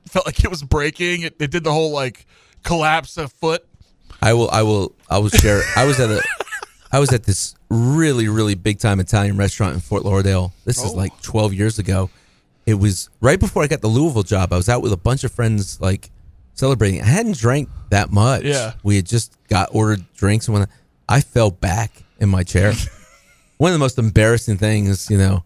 felt like it was breaking. It, it did the whole like collapse a foot. I will. I will. I will share. I was at a. I was at this really, really big time Italian restaurant in Fort Lauderdale. This is like 12 years ago. It was right before I got the Louisville job. I was out with a bunch of friends, like celebrating. I hadn't drank that much. Yeah. We had just got ordered drinks and when I fell back in my chair. One of the most embarrassing things, you know,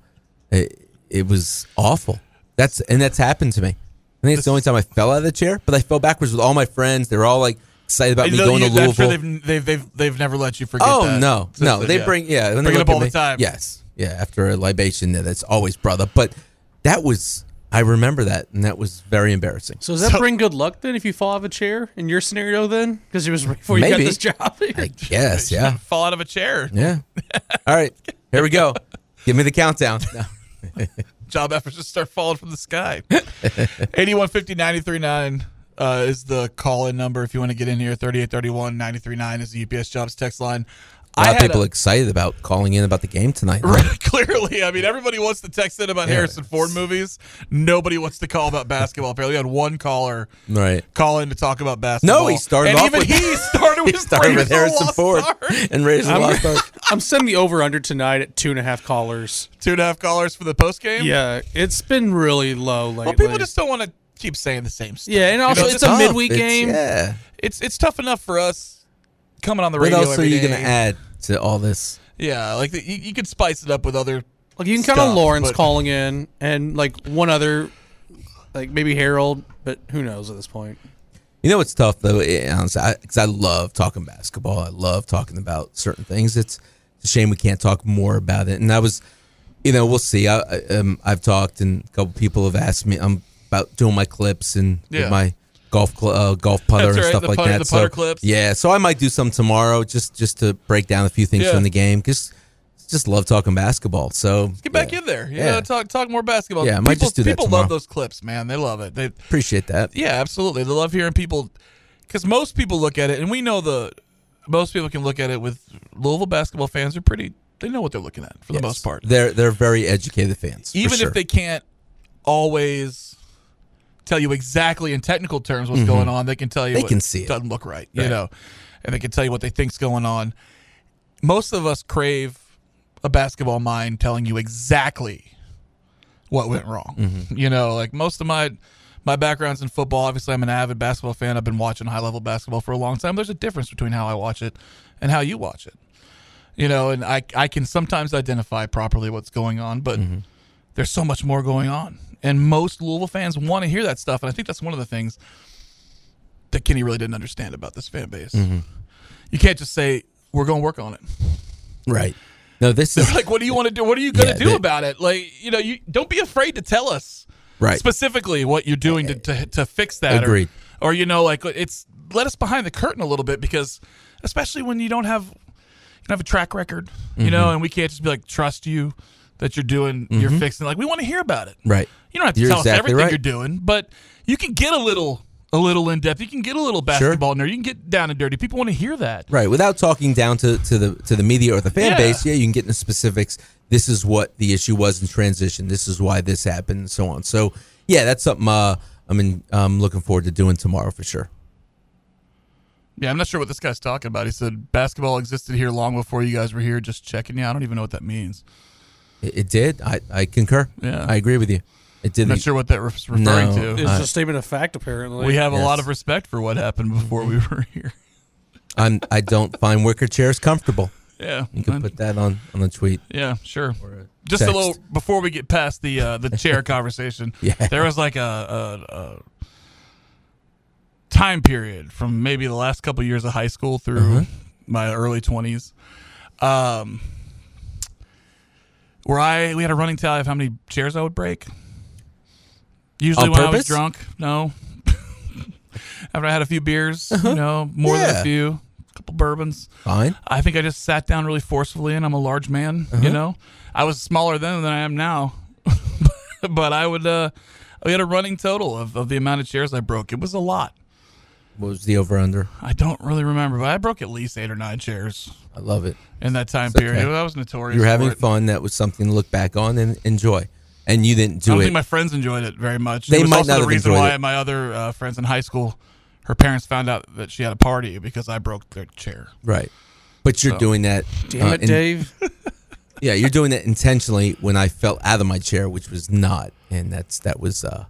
it, it was awful. That's and that's happened to me. I think it's the only time I fell out of the chair, but I fell backwards with all my friends. They were all like excited about I me know going you- to that's Louisville. where They've, they've, they've, they've never let you forget Oh that. no, Just no, that- they yeah. bring yeah, when they Bring it look up at all the me- time. Yes, yeah, after a libation, yeah, that's always brought up. But that was I remember that, and that was very embarrassing. So does that bring good luck then if you fall out of a chair in your scenario then? Because it was right before you got Maybe. [LAUGHS] this job. I guess, yeah, Fall out of a chair. yeah. All right, here we go. Give me [LAUGHS] the countdown. No. job efforts just start falling from the [LAUGHS] sky. 8150939 uh, is the call in number if you want to get in here. 3831-939 is the UPS jobs text line. A lot of had people a- excited about calling in about the game tonight. [LAUGHS] Clearly, I mean, everybody wants to text in about Yeah. Harrison Ford movies. Nobody wants to call about basketball. Apparently, we had one caller Right. call in to talk about basketball. No, he started and off even with- [LAUGHS] he started We with, started with Harrison Ford and Raiders of the I'm- Lost Ark. [LAUGHS] I'm sending the over under tonight at two and a half callers. Two and a half callers for the post game. Yeah, it's been really low lately. Well, people just don't want to keep saying the same stuff. yeah, and [LAUGHS] also know, it's it's a tough. midweek It's- game. Yeah. It's it's tough enough for us coming on the What radio. else are every you going to day. add to all this? Yeah, like the, you, you could spice it up with other. Like you can count on Stuff, Lawrence but- calling in and like one other, like maybe Harold, but who knows at this point. You know what's tough though, eh, honestly, because I, love talking basketball. I love talking about certain things. It's a shame we can't talk more about it. And I was, you know, we'll see. I, I, um, I've talked, and a couple people have asked me. I'm about doing my clips and with Yeah. my golf cl- uh, golf putter That's and right, stuff the like putter- that. the putter so, clips. Yeah, so I might do some tomorrow just just to break down a few things Yeah. from the game because just love talking basketball. So Get back yeah, in there. Yeah, Yeah. talk talk more basketball. Yeah, I people, might just do that People tomorrow. love those clips, man. They love it. They Appreciate that. yeah, absolutely. They love hearing people because most people look at it, and we know the most people can look at it with Louisville basketball fans are pretty. They know what they're looking at for the most part, They're they're very educated fans. for even sure. if they can't always tell you exactly in technical terms what's going on. They can tell you Mm-hmm. They what can see it. doesn't look right, Right. you know, and they can tell you what they think's going on. Most of us crave a basketball mind telling you exactly what went wrong. Mm-hmm. You know, like most of my my background's in football. Obviously, I'm an avid basketball fan. I've been watching high level basketball for a long time. There's a difference between how I watch it and how you watch it. You know, and I I can sometimes identify properly what's going on, but Mm-hmm. there's so much more going on. And most Louisville fans want to hear that stuff. And I think that's one of the things that Kenny really didn't understand about this fan base. Mm-hmm. You can't just say, we're going to work on it. [LAUGHS] right. No, this is They're like, what do you want to do? What are you going to Yeah, do they- about it? Like, you know, you don't be afraid to tell us right. Eh, specifically what you're doing to, to, to fix that. or- Agreed. Or, you know, like it's let us behind the curtain a little bit because especially when you don't have you don't have a track record, you Mm-hmm. know, and we can't just be like, trust you that you're doing, you're Mm-hmm. fixing. Like, we want to hear about it. Right. You don't have to You're tell exactly us everything right. you're doing, but you can get a little a little in depth. You can get a little basketball nerd. You can get down and dirty. People want to hear that. Right, without talking down to, to the to the media or the fan Yeah. base, yeah, you can get into specifics. This is what the issue was in transition. This is why this happened, and so on. So, yeah, that's something uh, I mean I'm looking forward to doing tomorrow for sure. Yeah, I'm not sure what this guy's talking about. He said basketball existed here long before you guys were here. Just checking. Yeah, I don't even know what that means. It, it did. I, I concur. Yeah. I agree with you. It did. I'm not sure what that was referring No. to. It's Uh, a statement of fact apparently. We have a lot Yes. of respect for what happened before we [LAUGHS] were here. I'm, I don't find wicker chairs comfortable. Yeah, You can I'm- put that on on the tweet. Yeah, sure. Just a text. little before we get past the uh, the [LAUGHS] chair conversation. Yeah. there was like a, a, a time period from maybe the last couple years of high school through Uh-huh. my early twenties, um, where I we had a running tally of how many chairs I would break. Usually On when I was purpose? drunk, no. [LAUGHS] After I had a few beers, you know, more than a Uh-huh. Yeah. few, a couple bourbons. Fine. I think I just sat down really forcefully, and I'm a large man. Uh-huh. You know, I was smaller then than I am now, [LAUGHS] but I would. uh We had a running total of, of the amount of chairs I broke. It was a lot. What was the over under? I don't really remember, but I broke at least eight or nine chairs I love it. in that time It's okay. period. I was notorious. You were for having it. fun. That was something to look back on and enjoy. And you didn't I do don't it. think my friends enjoyed it very much. They it was might also not the have reason enjoyed why it. my other uh, friends in high school, her parents found out that she had a party because I broke their chair. right. But you're doing that. Damn uh, it, in- Dave. Yeah, you're doing that intentionally when I fell out of my chair, which was not. And that's that was uh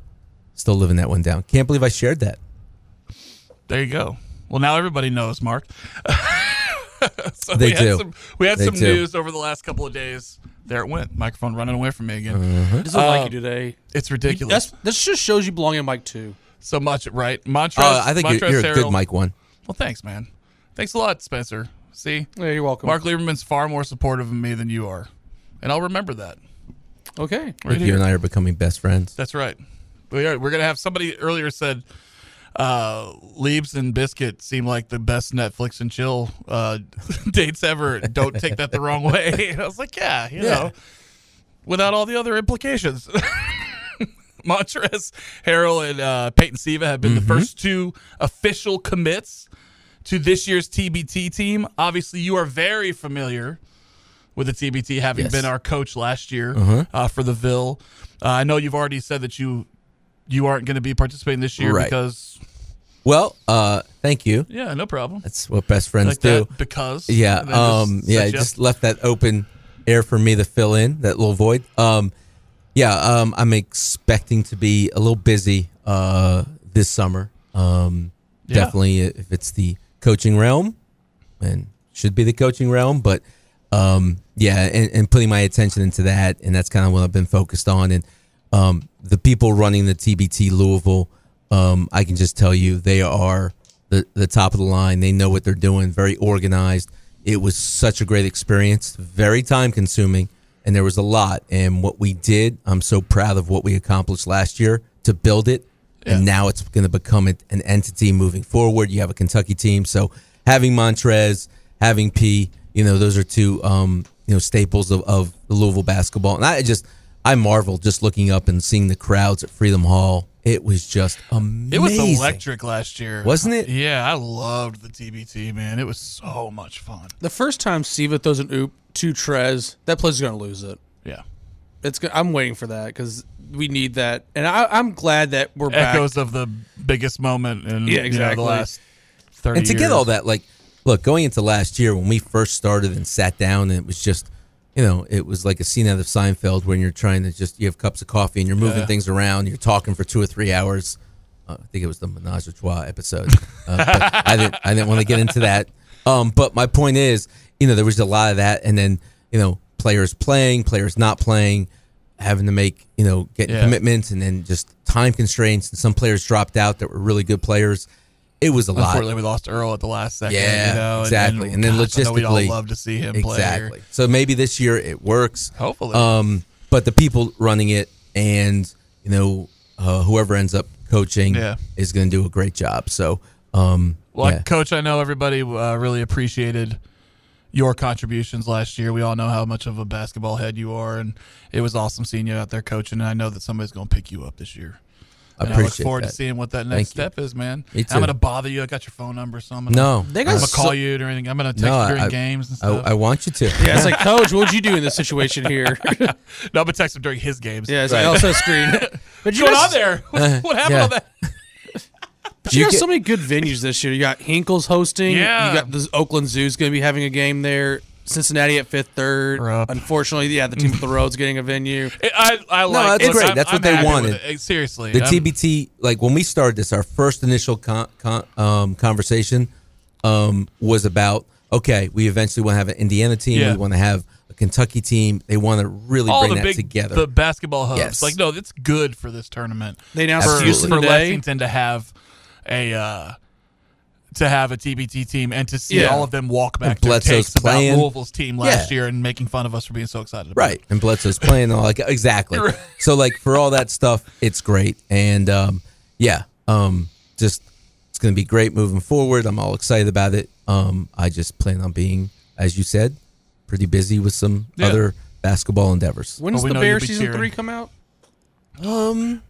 still living that one down. Can't believe I shared that. There you go. Well, now everybody knows, Mark. [LAUGHS] so They we Had do. some, we had They some do. news over the last couple of days. There it went. Microphone running away from me again. Uh-huh. Doesn't like you today. It's Uh, ridiculous. That's this just shows you belong in Mike Two. so much, right? Montrose. Uh, I think you're, Montrose you're a Harrell. good Mike one. Well, thanks, man. Thanks a lot, Spencer. See, Yeah, you're welcome. Mark Lieberman's far more supportive of me than you are, and I'll remember that. Okay. Right you here. and I are becoming best friends. That's right. We are. We're gonna have somebody earlier said, uh, "Leaves and Biscuit seem like the best Netflix and chill uh, [LAUGHS] dates ever." Don't take that the wrong way. [LAUGHS] And I was like, yeah, you know, without all the other implications. [LAUGHS] Montrez Harrell and uh, Peyton Siva have been the Mm-hmm. first two official commits to this year's TBT team. Obviously, you are very familiar with the TBT, having Yes. Uh-huh. been our coach last year uh, for the Ville. Uh, I know you've already said that you you aren't going to be participating this year Right. because Well, uh thank you. yeah, no problem. That's what best friends Like do. that because Yeah, and then just um, yeah, suggest- just left that open air for me to fill in that little void. Um, yeah, um, I'm expecting to be a little busy uh, this summer. Um, Yeah. Definitely, if it's the coaching realm, and should be the coaching realm, but um, yeah, and, and putting my attention into that, and that's kind of what I've been focused on. And um, the people running the TBT Louisville, um, I can just tell you they are the the top of the line. They know what they're doing, very organized. It was such a great experience, very time consuming, and there was a lot. And what we did, I'm so proud of what we accomplished last year to build it and now it's going to become an an entity moving forward. You have a Kentucky team, so having Montrez, having P, you know, those are two um, you know staples of, of the Louisville basketball. And I just I marvel just looking up and seeing the crowds at Freedom Hall. It was just amazing. it was electric last year, Wasn't it? Yeah, I loved the TBT man. It was so much fun. The first time Siva throws an oop to Trez, that player's gonna lose it. Yeah, It's go- I'm waiting for that because we need that, and I, I'm glad that we're back. echoes of the biggest moment in Yeah, you know, exactly. the last thirty. and to years. get all that like look going into last year when we first started and sat down and it was just you know it was like a scene out of seinfeld when you're trying to just you have cups of coffee and you're moving things around you're talking for two or three hours uh, i think it was the menage a trois episode [LAUGHS] uh, but i didn't i didn't want to get into that um but my point is you know there was a lot of that and then you know players playing players not playing having to make you know getting Yeah. commitments and then just time constraints and some players dropped out that were really good players it was a lot Unfortunately, we lost Earl at the last second. Yeah, you know, exactly. And, And then gosh, I know we'd all logistically- love to see him exactly. play. So maybe this year it works. Hopefully. Um, but the people running it and you know uh, whoever ends up coaching Yeah. is going to do a great job. So um, Well, yeah. Coach, I know everybody uh, really appreciated your contributions last year. We all know how much of a basketball head you are, and it was awesome seeing you out there coaching. And I know that somebody's going to pick you up this year. I And appreciate I look forward that. to seeing what that next Thank step is, man. Me I'm too. going to bother you. I got your phone number, so I'm going no, They I'm got gonna so- call you during. I'm gonna text no, you during I, games and I, stuff. I [LAUGHS] want you to. Yeah, it's like, Coach, what would you do in this situation here? [LAUGHS] no, I'm gonna text him during his games. yeah, it's Right. like [LAUGHS] also screen. But what's you going guys- on [LAUGHS] there? What, what happened yeah. on that? But you, You got get- so many good venues this year. You got Hinkle's hosting. Yeah. You got the Oakland Zoo's going to be having a game there. Cincinnati at Fifth Third. We're up. Unfortunately, yeah, the [LAUGHS] team at the road's getting a venue. I, I like. that's it. great. I'm- That's what I'm they happy with wanted. it. Seriously, the I'm- TBT, like when we started this, our first initial con, con, um, conversation um, was about okay, we eventually want to have an Indiana team. Yeah. We want to have a Kentucky team. They want to really All bring the that big together. the basketball hubs. Yes. Like no, it's good for this tournament. They announced for, Houston for today. Lexington to have a uh, to have a TBT team and to see Yeah. all of them walk back And their Bledsoe's takes about playing. Louisville's team last Yeah. year and making fun of us for being so excited. About Right. And Bledsoe's playing and all like exactly. So like for all that stuff, it's great. And um yeah, um just it's gonna be great moving forward. I'm all excited about it. Um I just plan on being, as you said, pretty busy with some Yeah. other basketball endeavors. When's Well, we the know you'll Bear be season cheering. three come out? Um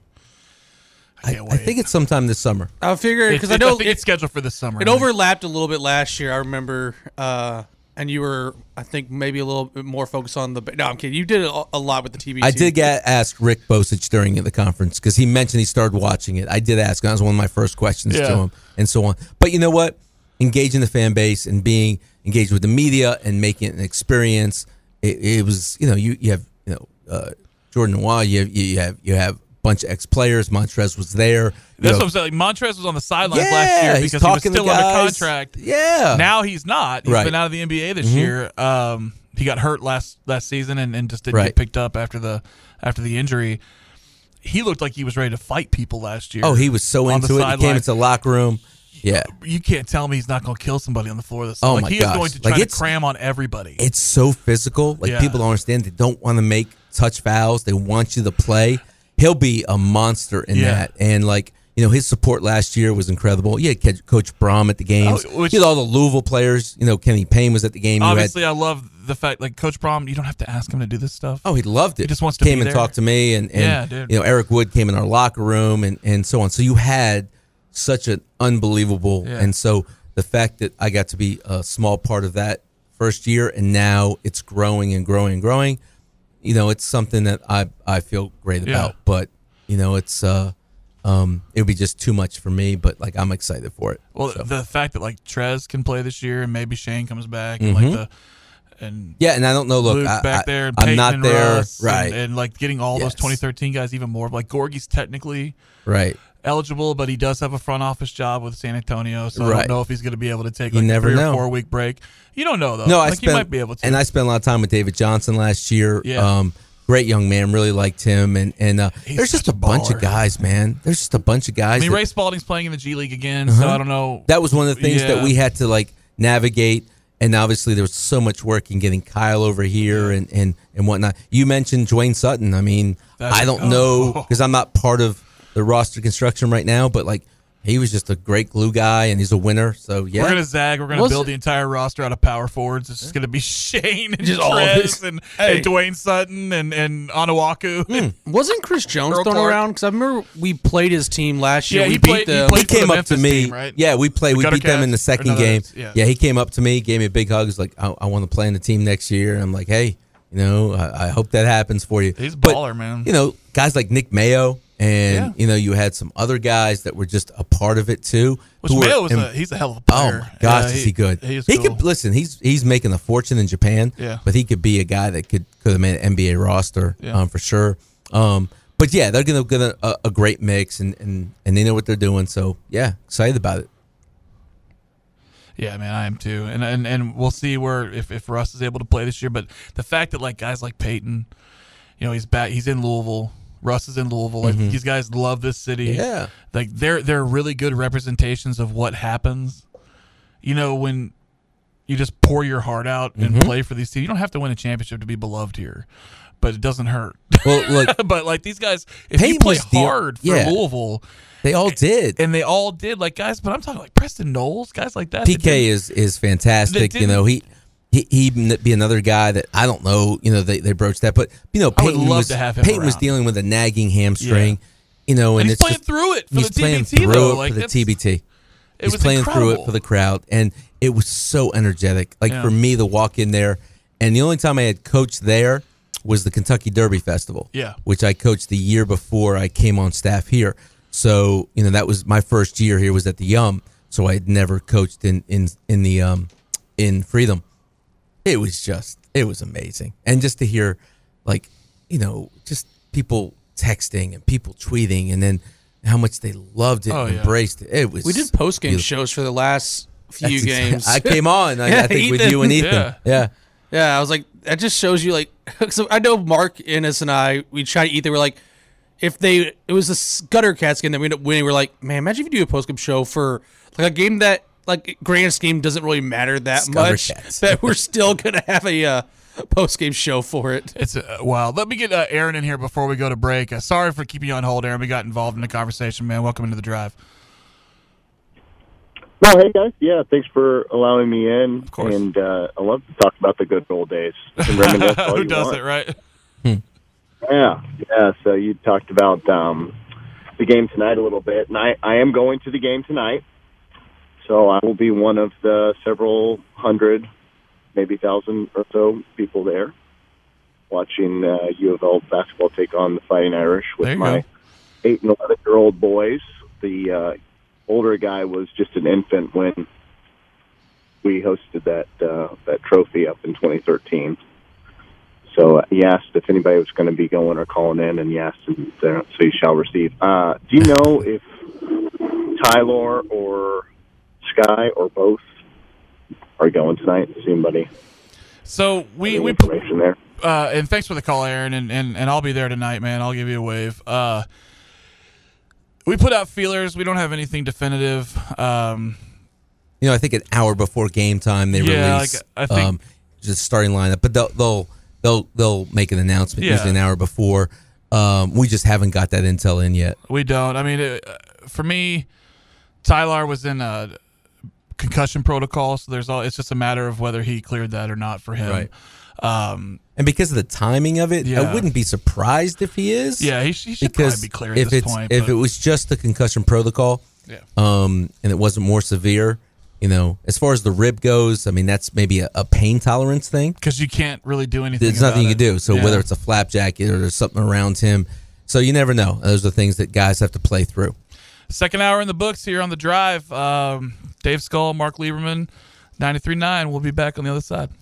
I, can't I wait. think it's sometime this summer. I figured Because because I know think it- it's scheduled for this summer. It overlapped a little bit last year. I remember, uh, and you were, I think, maybe a little bit more focused on the. No, I'm kidding. You did a, a lot with the TV. I did get ask Rick Bosich during the conference because he mentioned he started watching it. I did ask him; that was one of my first questions to Yeah. him, and so on. But you know what? Engaging the fan base and being engaged with the media and making it an experience. It, it was you know you you have you know uh, Jordan Wall, you have you have you have a bunch of ex players. Montrez was there. You That's know, what I'm saying. Like, Montrez was on the sidelines Yeah, last year because he's he was talking to still under guys. contract. Yeah. Now he's not. He's Right. Mm-hmm. been out of the NBA this year. Um, he got hurt last last season and, and just didn't Right. get picked up after the after the injury. He looked like he was ready to fight people last year. oh, he was so on into the it. He came sideline. into the locker room. Yeah, You can't tell me he's not going to kill somebody on the floor. This Oh like my he gosh. is going to Like, try to it's- cram on everybody. it's so physical. Like Yeah. people don't understand. They don't want to make touch fouls. They want you to play. He'll be a monster in Yeah. that. And like you know, his support last year was incredible. You had Ke- Coach Brom at the games. Oh, which- you had all the Louisville players. You know, Kenny Payne was at the game. You had- Obviously, I love the fact like Coach Prom. You don't have to ask him to do this stuff. Oh, he loved it. He just wants to came be and there. talked to me, and, and Yeah, dude. you know Eric Wood came in our locker room, and and so on. So you had such an unbelievable, Yeah. and so the fact that I got to be a small part of that first year, and now it's growing and growing and growing. You know, it's something that I I feel great Yeah. about, but you know, it's uh, um, it would be just too much for me, but like I'm excited for it. Well, So- the fact that like Trez can play this year and maybe Shane comes back and Mm-hmm. like the and yeah, and I don't know. Look, Luke I, back I, there. And I'm Peyton not and there, Russ and- right? And, like getting all those Yes. 2013 guys even more. Like Gorgie's technically right. eligible, but he does have a front office job with San Antonio, so I Right. don't know if he's going to be able to take You like never a three know. or four week break. You don't know though. No, I like, spent he might be able to. and I spent a lot of time with David Johnson last year. Yeah. Um, great young man, really liked him, and and uh, He's there's just a such a bunch of baller. guys, man. There's just a bunch of I guys. mean, that- Ray Spalding's playing in the G League again, so I don't know. Uh-huh. that was one of the things that Yeah. we had to like navigate, and obviously there was so much work in getting Kyle over here and and and whatnot. You mentioned Dwayne Sutton. I mean, That's- Oh. I don't know because I'm not part of the roster construction right now, but like he was just a great glue guy, and he's a winner. So yeah, We're gonna zag. We're gonna Was build it- the entire roster out of power forwards. It's just gonna be [LAUGHS] Shane and Just all of Trez this. and, Hey. and Dwayne Sutton and and Onowaku. Hmm. Wasn't Chris Jones Earl thrown Clark. around? Because I remember we played his team last year. Yeah, we he beat played- he them. played- he for came the up to Memphis me. team, right? Yeah, we played. We Gutter beat them in the Cats, or second no, game. that's- yeah. Yeah. he came up to me, gave me a big hug. He's like, I, I want to play in the team next year. And I'm like, hey, you know, I, I hope that happens for you. He's a But, baller, man. You know, guys like Nick Mayo, and Yeah. you know, you had some other guys that were just a part of it too. Which who were Mayo was im- a he's a hell of a Oh player. my gosh, Yeah, is he good? He, is he cool. could listen. He's he's making a fortune in Japan. Yeah. but he could be a guy that could could have made an NBA roster Yeah. um, for sure. Um, but yeah, they're gonna get a, a great mix, and, and and they know what they're doing. So yeah, excited about it. Yeah, man, I am too, and and and we'll see where if if Russ is able to play this year. But the fact that like guys like Peyton, you know, he's back, he's in Louisville. Russ is in Louisville. Like these guys love this city. Mm-hmm. Yeah. like they're they're really good representations of what happens. You know when. You just pour your heart out and Mm-hmm. play for these teams. You don't have to win a championship to be beloved here, but it doesn't hurt. [LAUGHS] Well, look, but like these guys, if you Peyton play was the- hard for yeah. Louisville, they all did. and they all did, like guys. But I'm talking like Preston Knowles, guys like that. that PK didn't- is is They fantastic. didn't- You know he. He he'd be another guy that I don't know. You know they, they broached that, but you know I would Peyton love was to have him Peyton was around. dealing with a nagging hamstring, you know, and, And he's it's playing just- through it for he's the playing TBT through though, it like, for the that's- TBT. It he's was playing through it incredible. for the crowd, and it was so energetic. Like Yeah. for me to walk in there, and the only time I had coached there was the Kentucky Derby Festival, Yeah. which I coached the year before I came on staff here. So you know that was my first year here was at the Yum, so I had never coached in in in the um in Freedom. It was just it was amazing, and just to hear like you know just people texting and people tweeting, and then how much they loved it, Oh, and yeah. embraced it. It was we did post game beautiful. shows for the last few That's exa- games. I came on, [LAUGHS] I, I [LAUGHS] Yeah, think, with Ethan. you and Ethan. Yeah. Yeah. Yeah, I was like, that just shows you like. [LAUGHS] So I know Mark Ennis and I, we try to eat. They were like, if they, it was a scutter cat skin that we ended up winning. We're like, man, imagine if you do a post game show for like a game that like grand scheme doesn't really matter that Scutter much. cats. That we're still gonna have a uh, post game show for it. It's uh, wow. Let me get uh, Aaron in here before we go to break. Uh, sorry for keeping you on hold, Aaron. We got involved in the conversation, man. Welcome into the drive. Well, hey guys, yeah, thanks for allowing me in. Of course. And uh, I love to talk about the good old days. And reminisce all [LAUGHS] Who you does want. it, right? Yeah, yeah. So you talked about um, the game tonight a little bit, and I, I am going to the game tonight. So I will be one of the several hundred, maybe thousand or so people there watching uh, U of L basketball take on the Fighting Irish There with you my go. eight and eleven year old boys. The uh, older guy was just an infant when we hosted that uh, that trophy up in 2013. So uh, he asked if anybody was going to be going or calling in, and he asked, and uh, so you shall receive. Uh, do you know if Tyler or Sky or both are going tonight? Is anybody So we any we information there? uh, and thanks for the call, Aaron. And, and and I'll be there tonight, man. I'll give you a wave. Uh, we put out feelers. We don't have anything definitive. Um, You know, I think an hour before game time they Yeah, release um, like, I think- just starting lineup, but they'll they'll they'll, they'll make an announcement Yeah. usually an hour before. Um, we just haven't got that intel in yet. we don't. I mean, it, uh, for me, Tyler was in a concussion protocol, so there's all. It's just a matter of whether he cleared that or not for him. Right. Um, And because of the timing of it, Yeah. I wouldn't be surprised if he is. yeah, he, sh- he should because probably be clear at if this it's point. if but- it was just the concussion protocol, Yeah. um, and it wasn't more severe, you know, as far as the rib goes, I mean that's maybe a, a pain tolerance thing. because you can't really do anything. There's nothing about you it. can do. So Yeah. whether it's a flap jacket or there's something around him, so you never know. Those are things that guys have to play through. second hour in the books here on the drive, um, Dave Skull, Mark Lieberman, 93.9. We'll be back on the other side.